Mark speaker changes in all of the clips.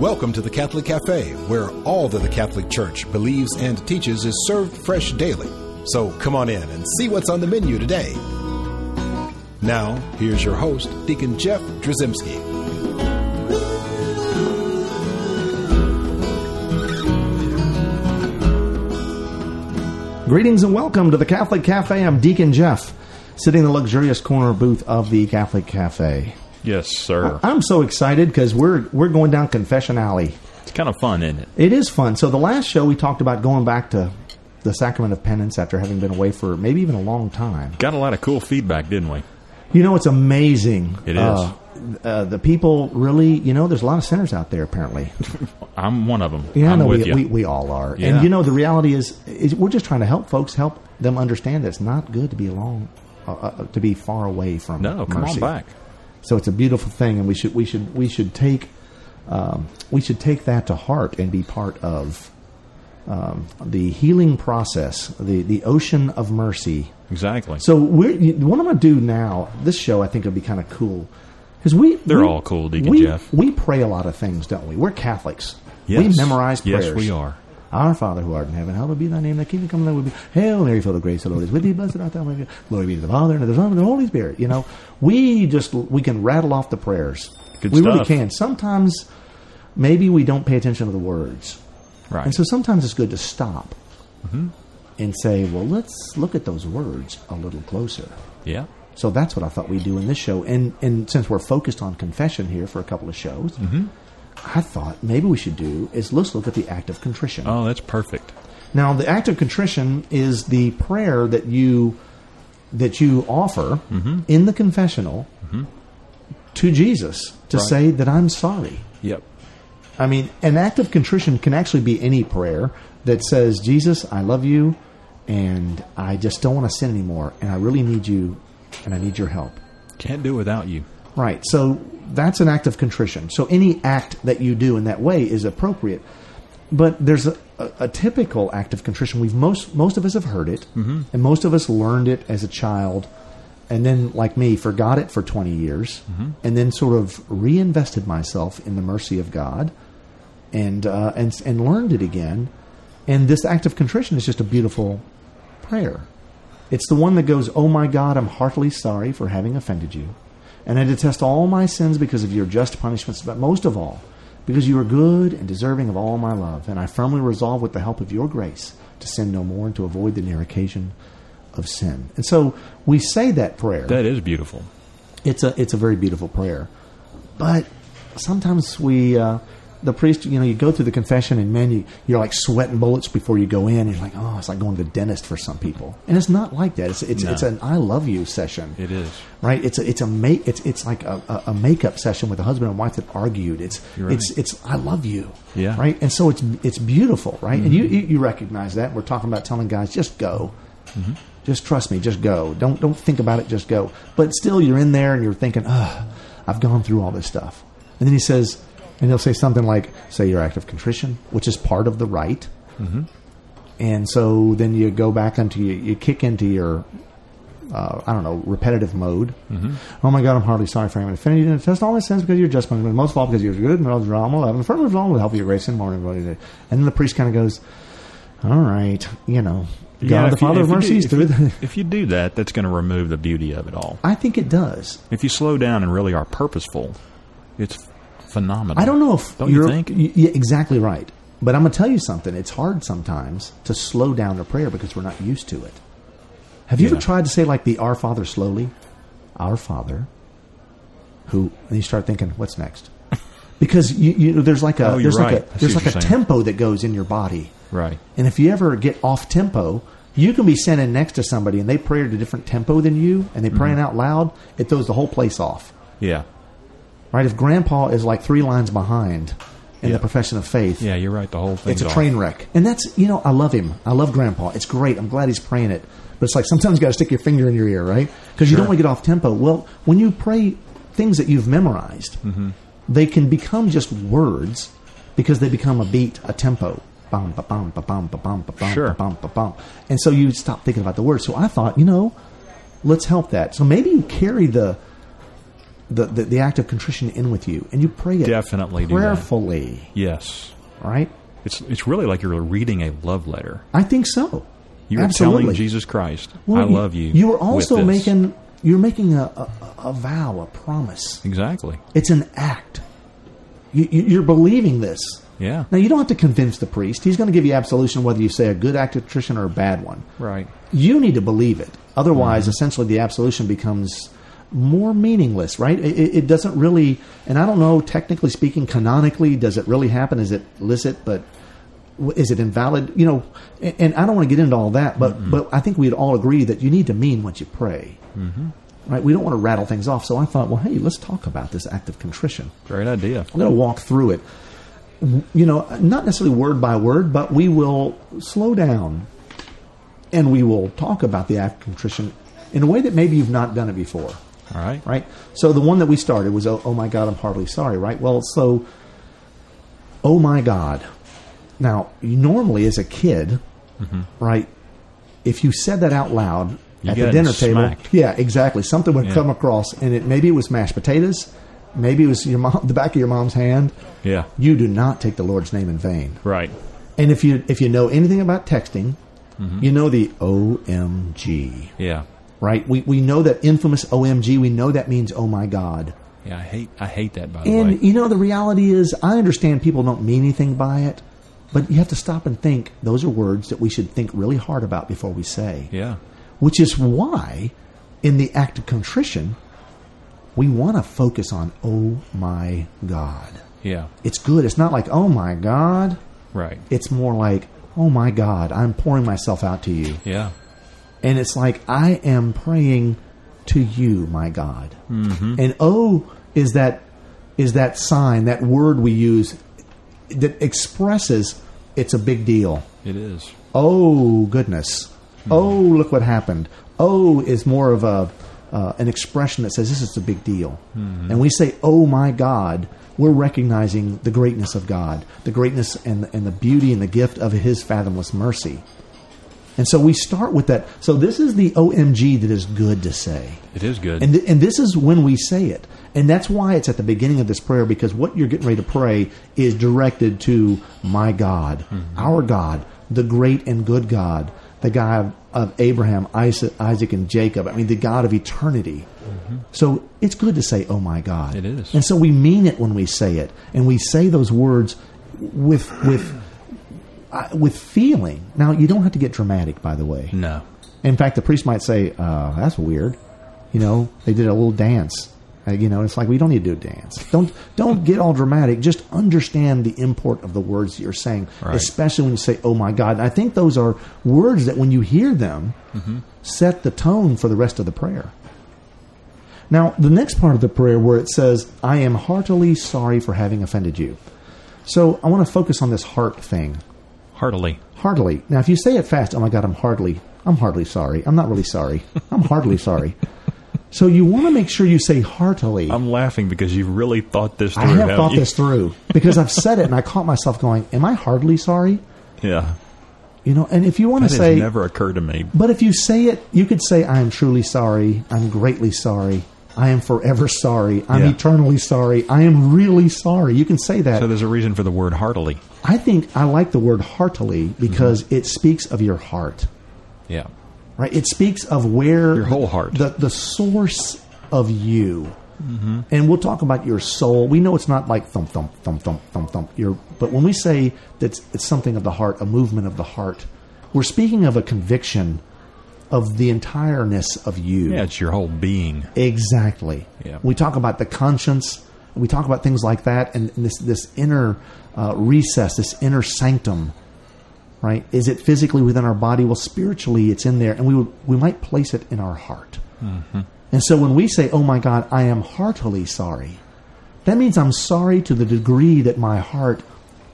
Speaker 1: Welcome to the Catholic Cafe, where all that the Catholic Church believes and teaches is served fresh daily. So come on in and see what's on the menu today. Now, here's your host, Deacon Jeff Drzymski.
Speaker 2: Greetings and welcome to the Catholic Cafe. I'm Deacon Jeff, sitting in the luxurious corner booth of the Catholic Cafe.
Speaker 3: Yes, sir.
Speaker 2: I'm so excited because we're we're going down Confession Alley.
Speaker 3: It's kind of fun, isn't it?
Speaker 2: It is fun. So the last show we talked about going back to the sacrament of penance after having been away for maybe even a long time.
Speaker 3: Got a lot of cool feedback, didn't we?
Speaker 2: You know, it's amazing.
Speaker 3: It is.
Speaker 2: Uh, uh, the people really, you know, there's a lot of sinners out there apparently.
Speaker 3: I'm one of them.
Speaker 2: Yeah,
Speaker 3: I'm
Speaker 2: no,
Speaker 3: with
Speaker 2: we,
Speaker 3: you.
Speaker 2: we we all are.
Speaker 3: Yeah.
Speaker 2: And you know, the reality is, is we're just trying to help folks, help them understand that it's not good to be alone, uh, uh, to be far away from.
Speaker 3: no, come
Speaker 2: mercy.
Speaker 3: on back.
Speaker 2: So it's a beautiful thing, and we should we should we should take um, we should take that to heart and be part of um, the healing process, the the ocean of mercy.
Speaker 3: Exactly.
Speaker 2: So we're, you- what I'm going to do now, this show I think will be kind of cool because we
Speaker 3: They're
Speaker 2: we-
Speaker 3: all cool, Deacon
Speaker 2: we,
Speaker 3: Jeff.
Speaker 2: We pray a lot of things, don't we? We're Catholics.
Speaker 3: Yes.
Speaker 2: We memorize
Speaker 3: Yes,
Speaker 2: prayers.
Speaker 3: we are.
Speaker 2: Our Father who art in heaven, hallowed be thy name. Thy kingdom come, thy will be. Hail Mary, full of grace, the Lord is with thee. Blessed art thou among women. Glory be to the Father and to the Son and to the Holy Spirit. You know, we just we can rattle off the prayers.
Speaker 3: Good
Speaker 2: we really
Speaker 3: stuff.
Speaker 2: can. Sometimes maybe we don't pay attention to the words.
Speaker 3: right.
Speaker 2: And so sometimes it's good to stop
Speaker 3: Mm-hmm.
Speaker 2: and say, well, let's look at those words a little closer.
Speaker 3: yeah.
Speaker 2: So that's what I thought we'd do in this show. And, and since we're focused on confession here for a couple of shows,
Speaker 3: Mm-hmm.
Speaker 2: I thought maybe we should do is let's look at the act of contrition.
Speaker 3: Oh, that's perfect.
Speaker 2: Now, the act of contrition is the prayer that you that you offer in the confessional to Jesus to
Speaker 3: Right.
Speaker 2: say that I'm sorry.
Speaker 3: Yep.
Speaker 2: I mean, an act of contrition can actually be any prayer that says, Jesus, I love you, and I just don't want to sin anymore, and I really need you, and I need your help.
Speaker 3: Can't do without you.
Speaker 2: Right. So that's an act of contrition. So any act that you do in that way is appropriate. But there's a, a, a typical act of contrition. We've most most of us have heard it, and most of us learned it as a child, and then, like me, forgot it for 20 years, and then sort of reinvested myself in the mercy of God, and uh, and and learned it again. And this act of contrition is just a beautiful prayer. It's the one that goes, Oh my God, I'm heartily sorry for having offended you. And I detest all my sins because of your just punishments, but most of all, because you are good and deserving of all my love. And I firmly resolve, with the help of your grace, to sin no more and to avoid the near occasion of sin. And so we say that prayer.
Speaker 3: That is beautiful.
Speaker 2: it's, a, it's a very beautiful prayer. But sometimes we, uh, the priest, you know, you go through the confession and man, you, you're like sweating bullets before you go in. You're like, oh, it's like going to the dentist for some people. And it's not like that. It's, it's,
Speaker 3: No.
Speaker 2: it's an I love you session
Speaker 3: It is.
Speaker 2: right? It's a, it's a make it's it's like a, a- a makeup session with a husband and wife that argued. It's
Speaker 3: You're right.
Speaker 2: it's it's I love you,
Speaker 3: Yeah. Mm-hmm.
Speaker 2: right? And so it's it's beautiful, right? And you, you you recognize that we're talking about telling guys just go,
Speaker 3: Mm-hmm.
Speaker 2: just trust me, just go. Don't don't think about it, just go. But still, you're in there and you're thinking, ugh, I've gone through all this stuff. And then he says, and he'll say something like, say your act of contrition, which is part of the rite. And so then you go back into you, you kick into your uh, I don't know, repetitive mode.
Speaker 3: Mm-hmm.
Speaker 2: Oh my God, I'm hardly sorry for having offended you. And test all my sins because you're just punishment. Most of all, because you're good and all drama, love, and firm of all will help you grace and more. And then the priest kind of goes, All right, you know, God the
Speaker 3: if you-
Speaker 2: Father
Speaker 3: if
Speaker 2: of
Speaker 3: you do-
Speaker 2: mercies
Speaker 3: if
Speaker 2: through
Speaker 3: you-
Speaker 2: the.
Speaker 3: If you do that, that's going to remove the beauty of it all.
Speaker 2: I think it does.
Speaker 3: If you slow down and really are purposeful, it's phenomenal.
Speaker 2: I don't know if
Speaker 3: Don't you
Speaker 2: you're
Speaker 3: think?
Speaker 2: y- yeah, exactly right. But I'm going to tell you something. It's hard sometimes to slow down the prayer because we're not used to it. Have you
Speaker 3: Yeah.
Speaker 2: ever tried to say like the Our Father slowly? Our Father, who and you start thinking, what's next? Because you, you know, there's like a
Speaker 3: Oh, you're
Speaker 2: there's
Speaker 3: right.
Speaker 2: like
Speaker 3: I
Speaker 2: a
Speaker 3: see
Speaker 2: there's
Speaker 3: what
Speaker 2: like
Speaker 3: you're
Speaker 2: a
Speaker 3: saying.
Speaker 2: tempo that goes in your body,
Speaker 3: Right.
Speaker 2: and if you ever get off tempo, you can be standing next to somebody and they pray at a different tempo than you, and they
Speaker 3: Mm-hmm.
Speaker 2: praying out loud. It throws the whole place off
Speaker 3: Yeah.
Speaker 2: right? If grandpa is like three lines behind in
Speaker 3: Yeah.
Speaker 2: the profession of faith,
Speaker 3: Yeah, you're right. The whole thing.
Speaker 2: it's a train wreck. And that's, you know, I love him. I love grandpa. It's great. I'm glad he's praying it. But it's like sometimes you got to stick your finger in your ear, right? Because you don't want to get off tempo. Well, when you pray things that you've memorized,
Speaker 3: Mm-hmm.
Speaker 2: they can become just words because they become a beat, a tempo. Bum, ba, bum, ba, bum, ba, bum, ba, bum,
Speaker 3: Sure.
Speaker 2: ba, bum, ba, bum. And so you stop thinking about the words. So I thought, you know, let's help that. So maybe you carry the the, the, the act of contrition in with you, and you pray it
Speaker 3: Definitely do that.
Speaker 2: prayerfully,
Speaker 3: Yes.
Speaker 2: right?
Speaker 3: It's it's really like you're reading a love letter.
Speaker 2: I think so.
Speaker 3: You're
Speaker 2: Absolutely.
Speaker 3: telling Jesus Christ,
Speaker 2: Well,
Speaker 3: I love you.
Speaker 2: You are
Speaker 3: with
Speaker 2: also
Speaker 3: this.
Speaker 2: making you're making a, a, a vow, a promise.
Speaker 3: Exactly.
Speaker 2: It's an act. You, you, you're believing this.
Speaker 3: Yeah.
Speaker 2: Now you don't have to convince the priest. He's going to give you absolution whether you say a good act of contrition or a bad one.
Speaker 3: Right.
Speaker 2: You need to believe it. Otherwise, essentially, the absolution becomes more meaningless, right? It, it it doesn't really, and I don't know, technically speaking, canonically, does it really happen? Is it licit? But w- is it invalid? You know, and, and I don't want to get into all that, but but I think we'd all agree that you need to mean what you pray, mm-hmm. right? We don't want to rattle things off. So I thought, well, hey, let's talk about this act of contrition.
Speaker 3: Great idea.
Speaker 2: I'm going to walk through it. You know, not necessarily word by word, but we will slow down and we will talk about the act of contrition in a way that maybe you've not done it before,
Speaker 3: All right.
Speaker 2: right? So the one that we started was, oh, oh my God, I'm hardly sorry, right? Well, so, oh my God. Now, normally as a kid,
Speaker 3: Mm-hmm.
Speaker 2: right, if you said that out loud at the
Speaker 3: got
Speaker 2: dinner table,
Speaker 3: smacked.
Speaker 2: yeah, exactly. Something would come across, and it maybe it was mashed potatoes, maybe it was your mom, the back of your mom's hand.
Speaker 3: Yeah.
Speaker 2: You do not take the Lord's name in vain.
Speaker 3: Right.
Speaker 2: And if you if you know anything about texting,
Speaker 3: Mm-hmm.
Speaker 2: you know the OMG,
Speaker 3: Yeah.
Speaker 2: right? We we know that infamous OMG. We know that means oh my god.
Speaker 3: Yeah. I hate I hate that by the
Speaker 2: And
Speaker 3: way.
Speaker 2: you know the reality is, I understand people don't mean anything by it, but you have to stop and think. Those are words that we should think really hard about before we say.
Speaker 3: Yeah.
Speaker 2: Which is why, in the act of contrition, we want to focus on oh my god.
Speaker 3: Yeah.
Speaker 2: It's good. It's not like oh my god.
Speaker 3: Right.
Speaker 2: It's more like oh my god, I'm pouring myself out to you.
Speaker 3: Yeah.
Speaker 2: And it's like, I am praying to you, my God. And O is that is that sign, that word we use that expresses it's a big deal.
Speaker 3: It is.
Speaker 2: Oh goodness. Oh look what happened. Oh is more of a uh, an expression that says this is a big deal. And we say, "Oh my God," we're recognizing the greatness of God, the greatness and and the beauty and the gift of His fathomless mercy. And so we start with that. So this is the OMG that is good to say.
Speaker 3: It is good.
Speaker 2: And, th- and this is when we say it. And that's why it's at the beginning of this prayer because what you're getting ready to pray is directed to my God,
Speaker 3: Mm-hmm.
Speaker 2: our God, the great and good God, the God of Abraham, Isaac, Isaac and Jacob. I mean, the God of eternity. So it's good to say, oh my God.
Speaker 3: Mm-hmm. It is.
Speaker 2: And so we mean it when we say it. And we say those words with, with, uh, with feeling. Now, you don't have to get dramatic, by the way.
Speaker 3: no.
Speaker 2: In fact, the priest might say, uh, "That's weird." You know, they did a little dance. Uh, you know, it's like we don't need to do a dance. Don't don't get all dramatic. Just understand the import of the words that you're saying,
Speaker 3: Right.
Speaker 2: especially when you say, "Oh my God." And I think those are words that, when you hear them, set the tone for the rest of the prayer. Now, the next part of the prayer where it says, "I am heartily sorry for having offended you." So I want to focus on this heart thing
Speaker 3: Heartily.
Speaker 2: heartily. Now, if you say it fast, oh my God, I'm hardly, I'm hardly sorry. I'm not really sorry. I'm hardly sorry. So you want to make sure you say heartily.
Speaker 3: I'm laughing because you've really thought this through.
Speaker 2: I have
Speaker 3: haven't
Speaker 2: thought
Speaker 3: you?
Speaker 2: this through because I've said it and I caught myself going, "Am I hardly sorry?"
Speaker 3: Yeah.
Speaker 2: You know. And if you want
Speaker 3: That
Speaker 2: to
Speaker 3: has
Speaker 2: say,
Speaker 3: never occurred to me.
Speaker 2: but if you say it, you could say, "I am truly sorry. I'm greatly sorry. I am forever sorry. I'm
Speaker 3: Yeah.
Speaker 2: eternally sorry. I am really sorry." You can say that.
Speaker 3: So there's a reason for the word heartily.
Speaker 2: I think I like the word heartily because it speaks of your heart.
Speaker 3: Yeah.
Speaker 2: right? It speaks of where
Speaker 3: Your whole heart.
Speaker 2: the the source of you.
Speaker 3: Mm-hmm.
Speaker 2: And we'll talk about your soul. We know it's not like thump thump thump thump thump thump. Your, but when we say that it's something of the heart, a movement of the heart, we're speaking of a conviction of the entireness of you.
Speaker 3: Yeah, it's your whole being.
Speaker 2: Exactly.
Speaker 3: Yeah.
Speaker 2: We talk about the conscience. We talk about things like that, and, and this this inner uh, recess, this inner sanctum, right? Is it physically within our body? Well, spiritually, it's in there, and we would, we might place it in our heart.
Speaker 3: Mm-hmm.
Speaker 2: And so, when we say, "Oh my God, I am heartily sorry," that means I'm sorry to the degree that my heart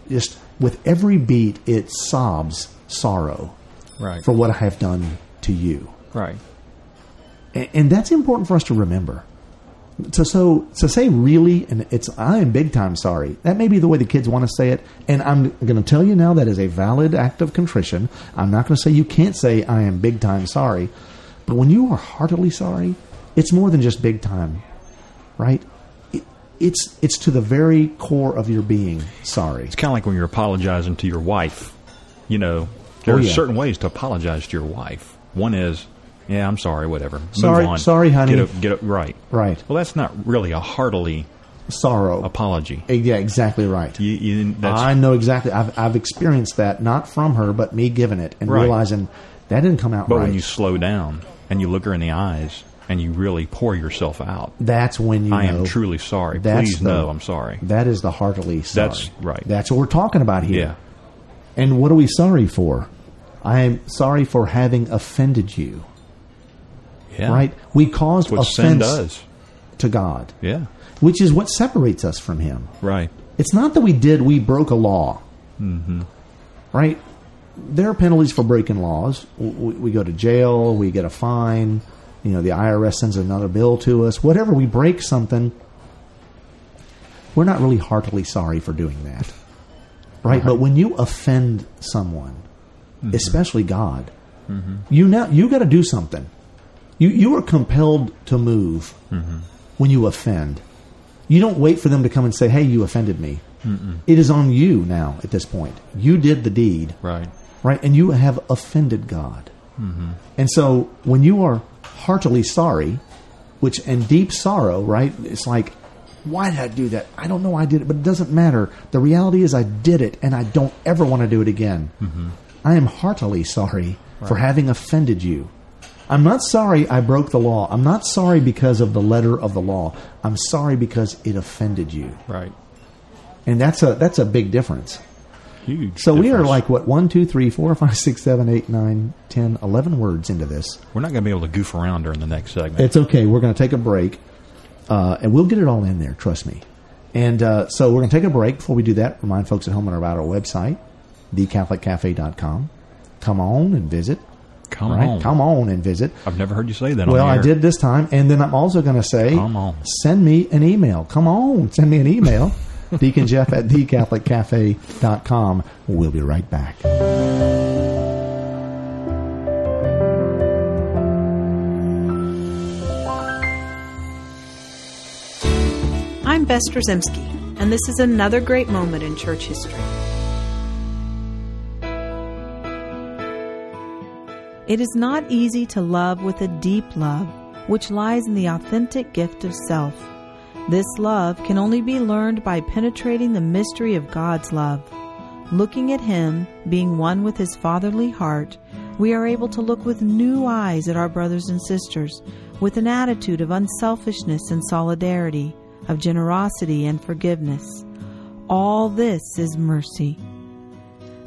Speaker 2: just, with every beat, it sobs sorrow
Speaker 3: Right.
Speaker 2: for what I have done to you.
Speaker 3: right.
Speaker 2: And, and that's important for us to remember. So, so, so say really, and it's I am big time sorry. That may be the way the kids want to say it, and I'm going to tell you now that is a valid act of contrition. I'm not going to say you can't say I am big time sorry, but when you are heartily sorry, it's more than just big time, right? it's it's to the very core of your being. Sorry.
Speaker 3: It's kind of like when you're apologizing to your wife. You know, there
Speaker 2: Oh,
Speaker 3: are
Speaker 2: yeah.
Speaker 3: certain ways to apologize to your wife. One is, yeah, I'm sorry, whatever.
Speaker 2: Sorry-
Speaker 3: Move on.
Speaker 2: sorry, honey.
Speaker 3: Get up, get up, right.
Speaker 2: Right.
Speaker 3: Well, that's not really a heartily
Speaker 2: Sorrow.
Speaker 3: apology.
Speaker 2: Eh, yeah, exactly right.
Speaker 3: You, you, that's,
Speaker 2: I know exactly. I've, I've experienced that, not from her, but me giving it and
Speaker 3: Right.
Speaker 2: realizing that didn't come out
Speaker 3: but
Speaker 2: right.
Speaker 3: when you slow down and you look her in the eyes and you really pour yourself out,
Speaker 2: that's when you.
Speaker 3: I am
Speaker 2: know
Speaker 3: truly sorry.
Speaker 2: that's
Speaker 3: Please
Speaker 2: the-
Speaker 3: know I'm sorry.
Speaker 2: That is the heartily sorry.
Speaker 3: That's right.
Speaker 2: That's what we're talking about here.
Speaker 3: Yeah.
Speaker 2: And what are we sorry for? I am sorry for having offended you.
Speaker 3: Yeah.
Speaker 2: Right? We caused
Speaker 3: That's what
Speaker 2: offense
Speaker 3: sin does.
Speaker 2: to God,
Speaker 3: Yeah.
Speaker 2: which is what separates us from Him.
Speaker 3: Right.
Speaker 2: It's not that we did, we broke a law. Mm-hmm. Right? There are penalties for breaking laws. We, we go to jail, we get a fine, you know, the IRS sends another bill to us. Whatever, we break something. We're not really heartily sorry for doing that. Right? But when you offend someone, especially God, you now you got to do something. You you are compelled to move when you offend. You don't wait for them to come and say, "Hey, you offended me." It is on you now at this point. You did the deed,
Speaker 3: Right.
Speaker 2: right? And you have offended God. And so, when you are heartily sorry, which and deep sorrow, right? It's like, why did I do that? I don't know. why I did it, but it doesn't matter. The reality is, I did it, and I don't ever want to do it again. I am heartily sorry for having offended you. I'm not sorry I broke the law. I'm not sorry because of the letter of the law. I'm sorry because it offended you.
Speaker 3: Right.
Speaker 2: And that's a that's a big difference.
Speaker 3: Huge.
Speaker 2: So we are
Speaker 3: difference.
Speaker 2: like what one, two, three, four, five, six, seven, eight, nine, ten, eleven words into this.
Speaker 3: We're not going to be able to goof around during the next segment.
Speaker 2: It's okay. We're going to take a break, uh, and we'll get it all in there. Trust me. And uh, so we're going to take a break. Before we do that, remind folks at home about our website, thecatholiccafe.com. Come on and visit.
Speaker 3: Come
Speaker 2: right?
Speaker 3: on.
Speaker 2: Come on and visit.
Speaker 3: I've never heard you say that.
Speaker 2: Well,
Speaker 3: on the
Speaker 2: I
Speaker 3: air.
Speaker 2: did this time, and then I'm also going to say,
Speaker 3: Come on.
Speaker 2: send me an email. Come on, send me an email. Deacon Jeff at thecatholiccafe.com. We'll be right back.
Speaker 4: I'm Bess Drzymski, and this is another great moment in church history. It is not easy to love with a deep love, which lies in the authentic gift of self. This love can only be learned by penetrating the mystery of God's love. Looking at Him, being one with His fatherly heart, we are able to look with new eyes at our brothers and sisters, with an attitude of unselfishness and solidarity, of generosity and forgiveness. All this is mercy.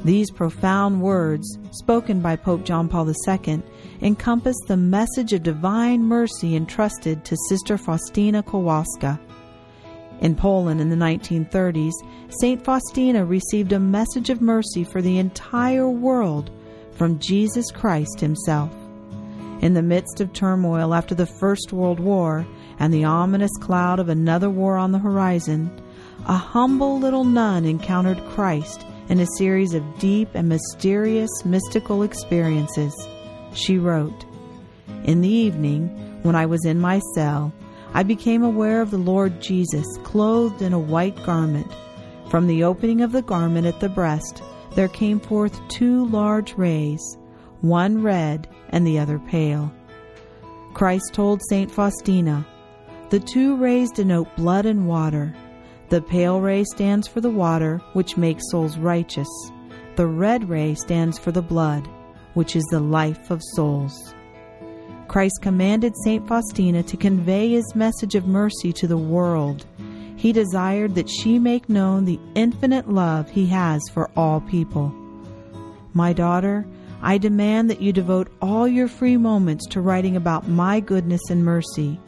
Speaker 4: These profound words, spoken by Pope John Paul II, encompass the message of divine mercy entrusted to Sister Faustina Kowalska. In Poland in the 1930s, St. Faustina received a message of mercy for the entire world from Jesus Christ himself. In the midst of turmoil after the First World War and the ominous cloud of another war on the horizon, a humble little nun encountered Christ in a series of deep and mysterious mystical experiences. She wrote, in the evening, when I was in my cell, I became aware of the Lord Jesus clothed in a white garment. From the opening of the garment at the breast, there came forth two large rays, one red and the other pale. Christ told St. Faustina, The two rays denote blood and water. The pale ray stands for the water, which makes souls righteous. The red ray stands for the blood, which is the life of souls. Christ commanded St. Faustina to convey his message of mercy to the world. He desired that she make known the infinite love he has for all people. My daughter, I demand that you devote all your free moments to writing about my goodness and mercy.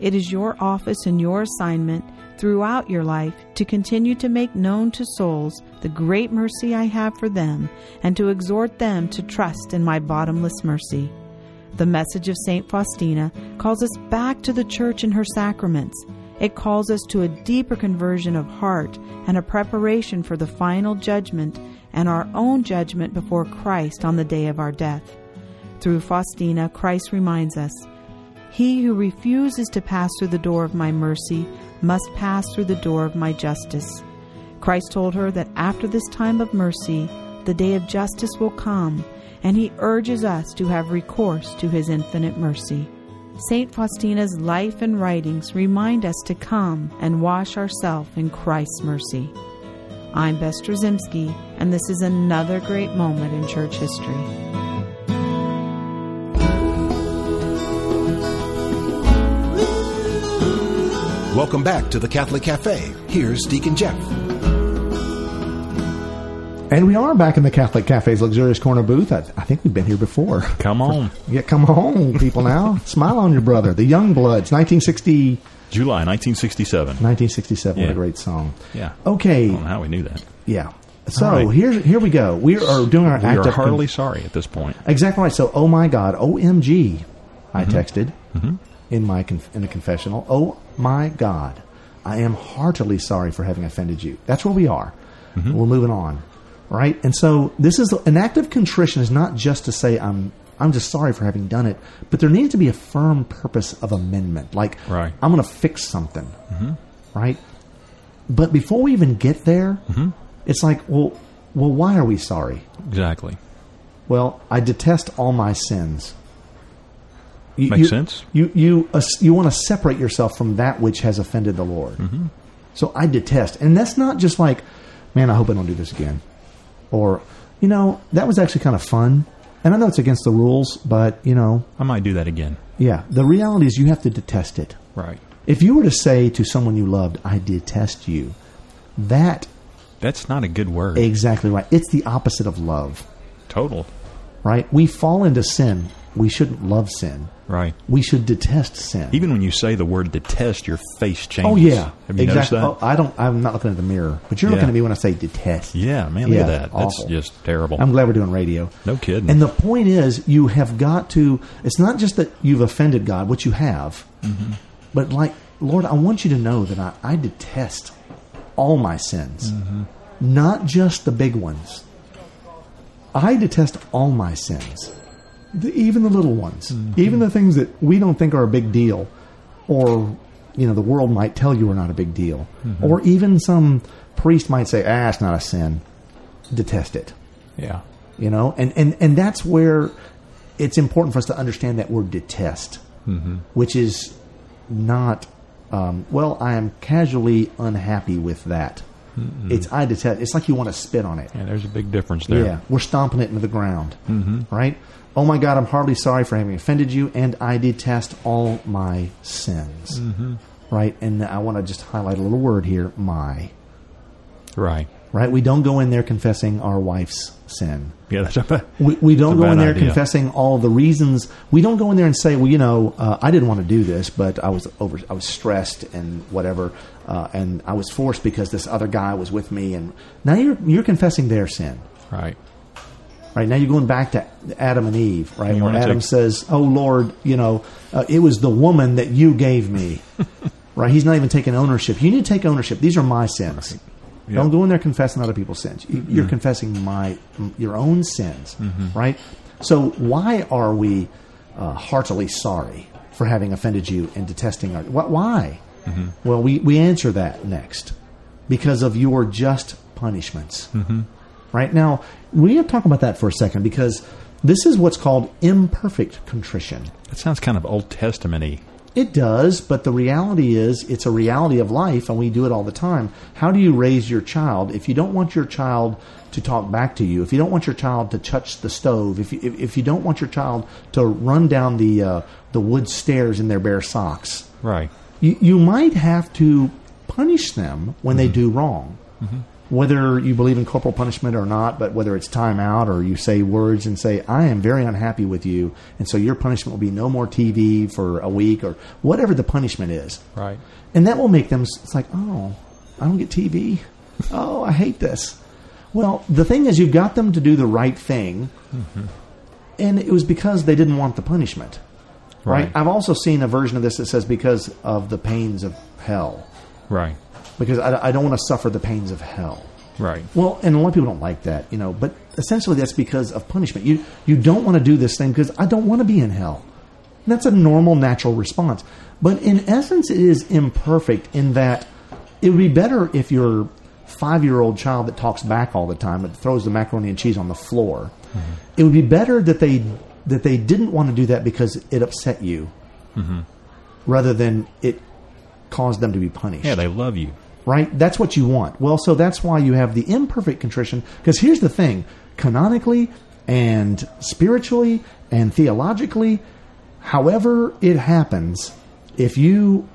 Speaker 4: It is your office and your assignment throughout your life to continue to make known to souls the great mercy I have for them and to exhort them to trust in my bottomless mercy. The message of St. Faustina calls us back to the church and her sacraments. It calls us to a deeper conversion of heart and a preparation for the final judgment and our own judgment before Christ on the day of our death. Through Faustina, Christ reminds us He who refuses to pass through the door of my mercy must pass through the door of my justice. Christ told her that after this time of mercy, the day of justice will come, and he urges us to have recourse to his infinite mercy. St. Faustina's life and writings remind us to come and wash ourselves in Christ's mercy. I'm Bess Drzymski, and this is another great moment in church history.
Speaker 1: Welcome back to the Catholic Cafe. Here's Deacon Jeff.
Speaker 2: And we are back in the Catholic Cafe's luxurious corner booth. I, I think we've been here before.
Speaker 3: Come on.
Speaker 2: Yeah, come on, people now. Smile on your brother. The Young Bloods, 1960,
Speaker 3: July 1967.
Speaker 2: 1967. What
Speaker 3: Yeah.
Speaker 2: a great song.
Speaker 3: Yeah. I
Speaker 2: Okay.
Speaker 3: don't know how we knew that.
Speaker 2: Yeah. So
Speaker 3: All right.
Speaker 2: here, here we go. We are doing our
Speaker 3: We
Speaker 2: act
Speaker 3: are
Speaker 2: of con-
Speaker 3: hardly sorry at this point.
Speaker 2: Exactly right. So, oh my God, OMG, I texted in my conf- in a confessional. Oh my God, I am heartily sorry for having offended you. That's where we are. We're moving on, right? And so, this is an act of contrition. Is not just to say I'm I'm just sorry for having done it, but there needs to be a firm purpose of amendment. Like
Speaker 3: Right.
Speaker 2: I'm going to fix something, right? But before we even get there, it's like, well, well, why are we sorry?
Speaker 3: Exactly.
Speaker 2: Well, I detest all my sins. You,
Speaker 3: Makes
Speaker 2: you-
Speaker 3: sense.
Speaker 2: You you uh, you want to separate yourself from that which has offended the Lord.
Speaker 3: Mm-hmm.
Speaker 2: So I detest, and that's not just like, man, I hope I don't do this again, or you know that was actually kind of fun, and I know it's against the rules, but you know,
Speaker 3: I might do that again.
Speaker 2: yeah, the reality is you have to detest it.
Speaker 3: Right.
Speaker 2: If you were to say to someone you loved, "I detest you," that
Speaker 3: That's not a good word.
Speaker 2: exactly right. It's the opposite of love,
Speaker 3: Total.
Speaker 2: right? We fall into sin. We shouldn't love sin.
Speaker 3: Right.
Speaker 2: we should detest sin.
Speaker 3: Even when you say the word detest, your face changes.
Speaker 2: oh yeah,
Speaker 3: Have you noticed
Speaker 2: exactly.
Speaker 3: that?
Speaker 2: Oh, I don't. I'm not looking at the mirror, but you're
Speaker 3: Yeah.
Speaker 2: looking at me when I say detest.
Speaker 3: yeah, man, look
Speaker 2: Yeah,
Speaker 3: at that.
Speaker 2: awful.
Speaker 3: That's just terrible.
Speaker 2: I'm glad we're doing radio.
Speaker 3: no kidding.
Speaker 2: And the point is, you have got to. It's not just that you've offended God, which you have,
Speaker 3: Mm-hmm.
Speaker 2: but like, Lord, I want you to know that I, I detest all my sins,
Speaker 3: Mm-hmm.
Speaker 2: not just the big ones. I detest all my sins, the, even the little ones,
Speaker 3: Mm-hmm.
Speaker 2: even the things that we don't think are a big deal, or you know, the world might tell you are not a big deal,
Speaker 3: Mm-hmm.
Speaker 2: or even some priest might say, "Ah, it's not a sin." Detest it
Speaker 3: yeah.
Speaker 2: you know and and and that's where it's important for us to understand that word detest which is not um, well i am casually unhappy with that it's i detest it's like you want to spit on it
Speaker 3: Yeah, there's a big difference there.
Speaker 2: yeah we're stomping it into the ground right oh my god i'm hardly sorry for having offended you and i detest all my sins right and i want to just highlight a little word here my
Speaker 3: Right.
Speaker 2: right we don't go in there confessing our wife's sin
Speaker 3: Yeah, that's a,
Speaker 2: we, we don't
Speaker 3: It's a
Speaker 2: go in
Speaker 3: bad
Speaker 2: there
Speaker 3: idea.
Speaker 2: confessing all the reasons. We don't go in there and say, well, you know, uh, I didn't want to do this, but I was over, I was stressed and whatever, uh, and I was forced because this other guy was with me. And now you're you're confessing their sin,
Speaker 3: right.
Speaker 2: right? Now you're going back to Adam and Eve, right?
Speaker 3: You
Speaker 2: Where
Speaker 3: wanna
Speaker 2: Adam
Speaker 3: take-
Speaker 2: says, "Oh Lord, you know, uh, it was the woman that you gave me." right? He's not even taking ownership. You need to take ownership. These are my sins. Don't go in there confessing other people's sins. You- You're
Speaker 3: Mm-hmm.
Speaker 2: confessing my your own sins, right? So why are we uh, heartily sorry for having offended you and detesting our? Wh- why?
Speaker 3: Mm-hmm.
Speaker 2: Well, we we answer that next because of your just punishments. Right now, we have to talk about that for a second because this is what's called imperfect contrition.
Speaker 3: That sounds kind of Old Testament y.
Speaker 2: It does, but the reality is it's a reality of life and we do it all the time. How do you raise your child if you don't want your child to talk back to you? If you don't want your child to touch the stove, if you, if, if you don't want your child to run down the uh, the wood stairs in their bare socks,
Speaker 3: Right.
Speaker 2: you, you might have to punish them when they do wrong. Whether you believe in corporal punishment or not, but whether it's time out or you say words and say, I am very unhappy with you, and so your punishment will be no more TV for a week or whatever the punishment is.
Speaker 3: Right.
Speaker 2: And that will make them, s- it's like, oh, I don't get TV. Oh, I hate this. Well, the thing is, you've got them to do the right thing, and it was because they didn't want the punishment. Right.
Speaker 3: Right.
Speaker 2: I've also seen a version of this that says because of the pains of hell,
Speaker 3: Right.
Speaker 2: because I, I don't want to suffer the pains of hell.
Speaker 3: Right.
Speaker 2: Well, and a lot of people don't like that, you know. But essentially, that's because of punishment. You you don't want to do this thing because I don't want to be in hell. And that's a normal, natural response. But in essence, it is imperfect in that it would be better if your five year old child that talks back all the time and throws the macaroni and cheese on the floor. It would be better that they that they didn't want to do that because it upset you, rather than it caused them to be punished
Speaker 3: Yeah, they love you.
Speaker 2: right? That's what you want. Well, so that's why you have the imperfect contrition. Because here's the thing canonically and spiritually and theologically, however it happens, if you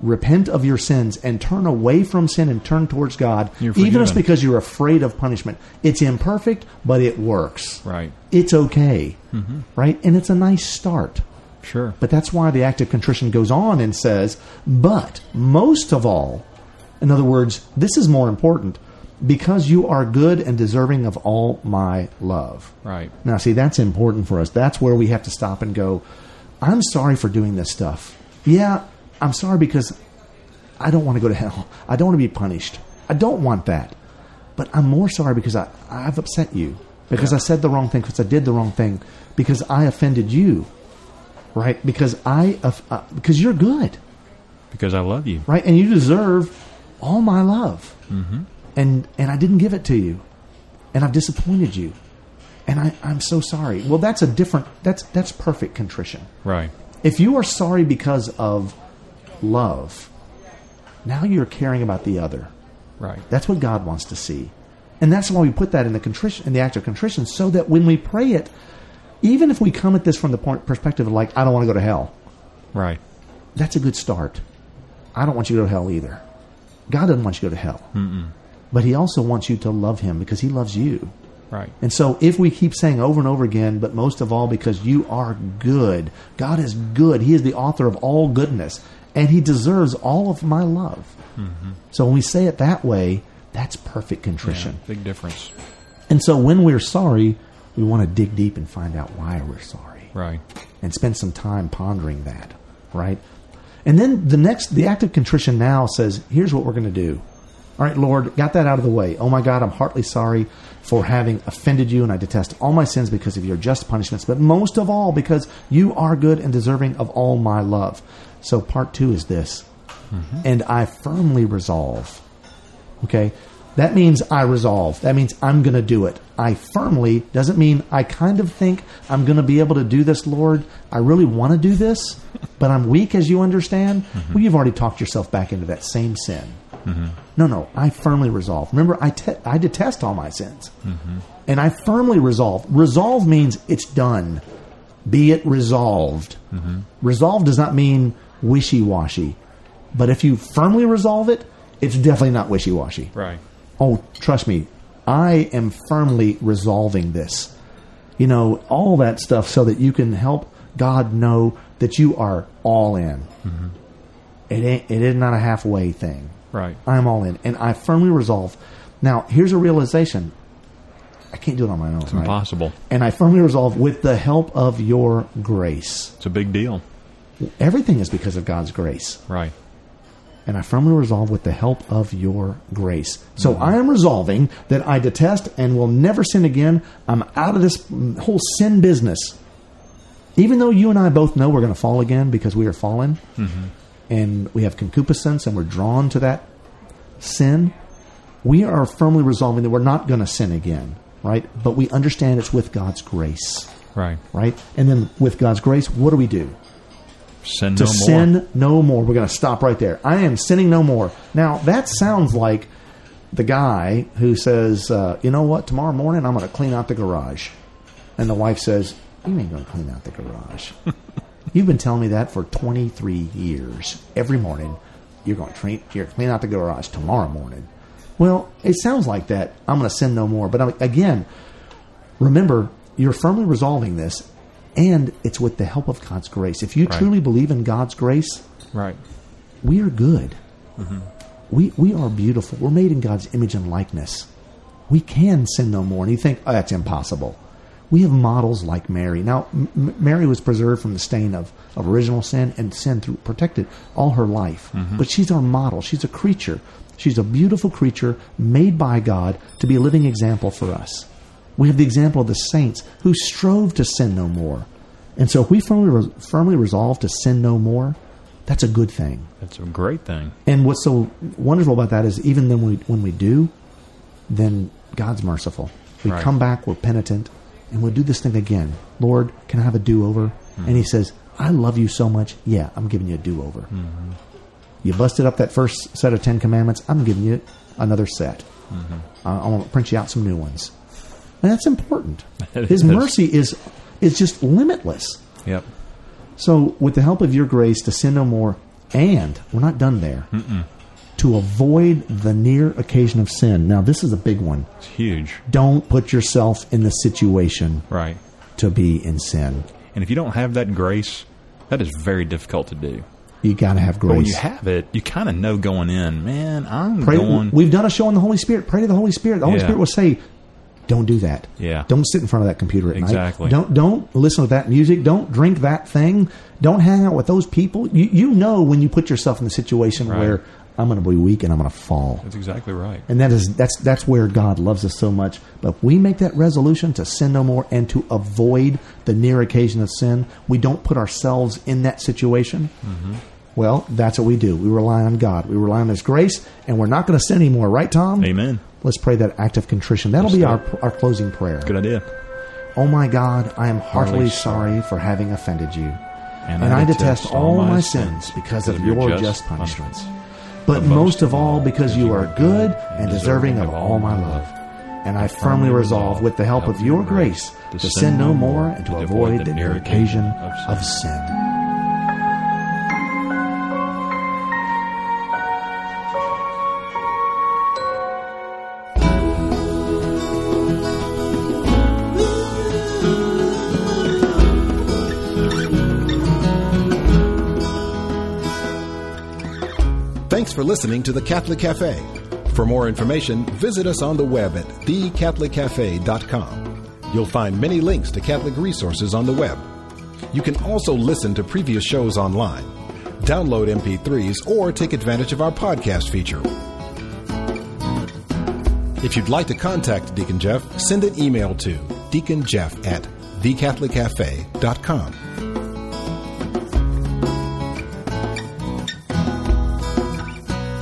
Speaker 2: repent of your sins and turn away from sin and turn towards God,
Speaker 3: You're
Speaker 2: even if it's
Speaker 3: forgiven.
Speaker 2: because you're afraid of punishment, it's imperfect, but it works.
Speaker 3: Right. Mm-hmm.
Speaker 2: It's okay, right? And it's a nice start.
Speaker 3: Sure.
Speaker 2: But that's why the act of contrition goes on and says, but most of all, in other words, this is more important because you are good and deserving of all my love.
Speaker 3: Right.
Speaker 2: Now, see, that's important for us. That's where we have to stop and go, I'm sorry for doing this stuff. Yeah, I'm sorry because I don't want to go to hell. I don't want to be punished. I don't want that. But I'm more sorry because I, I've upset you, because I said the wrong thing, because I did the wrong thing, because I offended you, right? Because I, of- uh, because you're good,
Speaker 3: Because I love you.
Speaker 2: right? And you deserve all my love. Mm-hmm. And, and I didn't give it to you. And I've disappointed you. And I, I'm so sorry. Well, that's a different, that's, that's perfect contrition.
Speaker 3: Right.
Speaker 2: If you are sorry because of love, now you're caring about the other.
Speaker 3: Right.
Speaker 2: That's what God wants to see. And that's why we put that in the contrition in the act of contrition so that when we pray it, even if we come at this from the point perspective of like I don't want to go to hell,
Speaker 3: Right.
Speaker 2: that's a good start. I don't want you to go to hell either. God doesn't want you to go to hell. But he also wants you to love him because he loves you.
Speaker 3: Right.
Speaker 2: And so if we keep saying over and over again, but most of all because you are good, God is good. He is the author of all goodness, and He deserves all of my love. So when we say it that way, that's perfect contrition.
Speaker 3: Big difference.
Speaker 2: And so when we're sorry, we want to dig deep and find out why we're sorry
Speaker 3: Right.
Speaker 2: and spend some time pondering that, right? And then the next, the act of contrition now says, here's what we're going to do. All right, Lord, got that out of the way. Oh my God, I'm heartily sorry for having offended you, and I detest all my sins because of your just punishments, but most of all because you are good and deserving of all my love. So part two is this. And I firmly resolve. Okay? That means I resolve. That means I'm going to do it. I firmly doesn't mean I kind of think I'm going to be able to do this, Lord. I really want to do this, but I'm weak, as you understand. Well, you've already talked yourself back into that same sin. No, no, I firmly resolve. Remember, I, te- I detest all my sins. And I firmly resolve. Resolve means it's done. Be it resolved. Resolve does not mean wishy washy. But if you firmly resolve it, it's definitely not wishy washy.
Speaker 3: Right.
Speaker 2: Oh, trust me, I am firmly resolving this. You know, all that stuff so that you can help God know that you are all in. It ain't it is not a halfway thing.
Speaker 3: Right.
Speaker 2: I'm all in. And I firmly resolve. Now, here's a realization. I can't do it on my own. It's
Speaker 3: Impossible.
Speaker 2: And I firmly resolve with the help of your grace.
Speaker 3: It's a big deal.
Speaker 2: Everything is because of God's grace
Speaker 3: Right.
Speaker 2: and I firmly resolve with the help of your grace. So I am resolving that I detest and will never sin again. I'm out of this mm, whole sin business. Even though you and I both know we're going to fall again because we are fallen and we have concupiscence and we're drawn to that sin, we are firmly resolving that we're not going to sin again, right? But we understand it's with God's grace,
Speaker 3: Right.
Speaker 2: right? And then with God's grace, what do we do?
Speaker 3: Sin
Speaker 2: to
Speaker 3: no
Speaker 2: sin
Speaker 3: more.
Speaker 2: no more. We're going to stop right there. I am sinning no more. Now that sounds like the guy who says, uh, "You know what? Tomorrow morning I'm going to clean out the garage," and the wife says, "You ain't going to clean out the garage. You've been telling me that for 23 years. Every morning you're going to clean, you're gonna clean out the garage tomorrow morning." Well, it sounds like that. I'm going to sin no more. But I'm, again, remember, you're firmly resolving this, and it's with the help of God's grace. If you
Speaker 3: Right.
Speaker 2: truly believe in God's grace,
Speaker 3: Right.
Speaker 2: we are good. We, we are beautiful. We're made in God's image and likeness. We can sin no more. And you think, oh, that's impossible. We have models like Mary. Now, M- M- Mary was preserved from the stain of, of original sin and sin through protected all her life. But she's our model. She's a creature. She's a beautiful creature made by God to be a living example for us. We have the example of the saints who strove to sin no more. And so if we firmly, firmly resolve to sin no more, that's a good thing.
Speaker 3: That's a great thing.
Speaker 2: And what's so wonderful about that is even then we, when we do, then God's merciful. We
Speaker 3: Right.
Speaker 2: come back, we're penitent, and we'll do this thing again. Lord, can I have a do over?
Speaker 3: Hmm.
Speaker 2: And He says, I love you so much. Yeah, I'm giving you a do over.
Speaker 3: Mm-hmm.
Speaker 2: You busted up that first set of Ten Commandments. I'm giving you another set.
Speaker 3: Mm-hmm.
Speaker 2: I, I want to print you out some new ones. And that's important.
Speaker 3: It
Speaker 2: His
Speaker 3: is.
Speaker 2: mercy is, is just limitless.
Speaker 3: Yep.
Speaker 2: So, with the help of your grace to sin no more, and we're not done there, to avoid the near occasion of sin. Now, this is a big one.
Speaker 3: It's huge.
Speaker 2: Don't put yourself in the situation
Speaker 3: Right.
Speaker 2: to be in sin.
Speaker 3: And if you don't have that grace, that is very difficult to do.
Speaker 2: You got to have
Speaker 3: But when
Speaker 2: grace.
Speaker 3: you have it, you kind of know going in, man, I'm
Speaker 2: Pray,
Speaker 3: going.
Speaker 2: we've done a show on the Holy Spirit. Pray to the Holy Spirit. The Holy
Speaker 3: Yeah.
Speaker 2: Spirit will say, "Don't do that.
Speaker 3: Yeah.
Speaker 2: Don't sit in front of that computer at
Speaker 3: Exactly.
Speaker 2: night. Don't don't listen to that music. Don't drink that thing. Don't hang out with those people. You you know when you put yourself in the situation
Speaker 3: Right.
Speaker 2: where I'm going to be weak and I'm going to fall.
Speaker 3: That's exactly right.
Speaker 2: And that is that's that's where God loves us so much. But if we make that resolution to sin no more and to avoid the near occasion of sin, we don't put ourselves in that situation.
Speaker 3: Mm-hmm.
Speaker 2: Well, that's what we do. We rely on God. We rely on His grace, and we're not going to sin anymore, right, Tom?
Speaker 3: Amen.
Speaker 2: Let's pray that act of contrition. That'll
Speaker 3: Let's
Speaker 2: be
Speaker 3: do
Speaker 2: our our closing prayer.
Speaker 3: Good idea.
Speaker 2: Oh my God, I am heartily
Speaker 3: Heartily
Speaker 2: sorry for having offended you, and,
Speaker 3: I
Speaker 2: I, detest, all my sins because of your just, punishments but most of all because you are good and deserving of all my love. And I firmly resolve, with the help of your grace, to sin no more and to avoid the near occasion of sin.
Speaker 1: Thanks for listening to the Catholic Cafe. For more information, visit us on the web at thecatholiccafe.com. You'll find many links to Catholic resources on the web. You can also listen to previous shows online, download MP3s, or take advantage of our podcast feature. If you'd like to contact Deacon Jeff, send an email to deaconjeff at thecatholiccafe.com.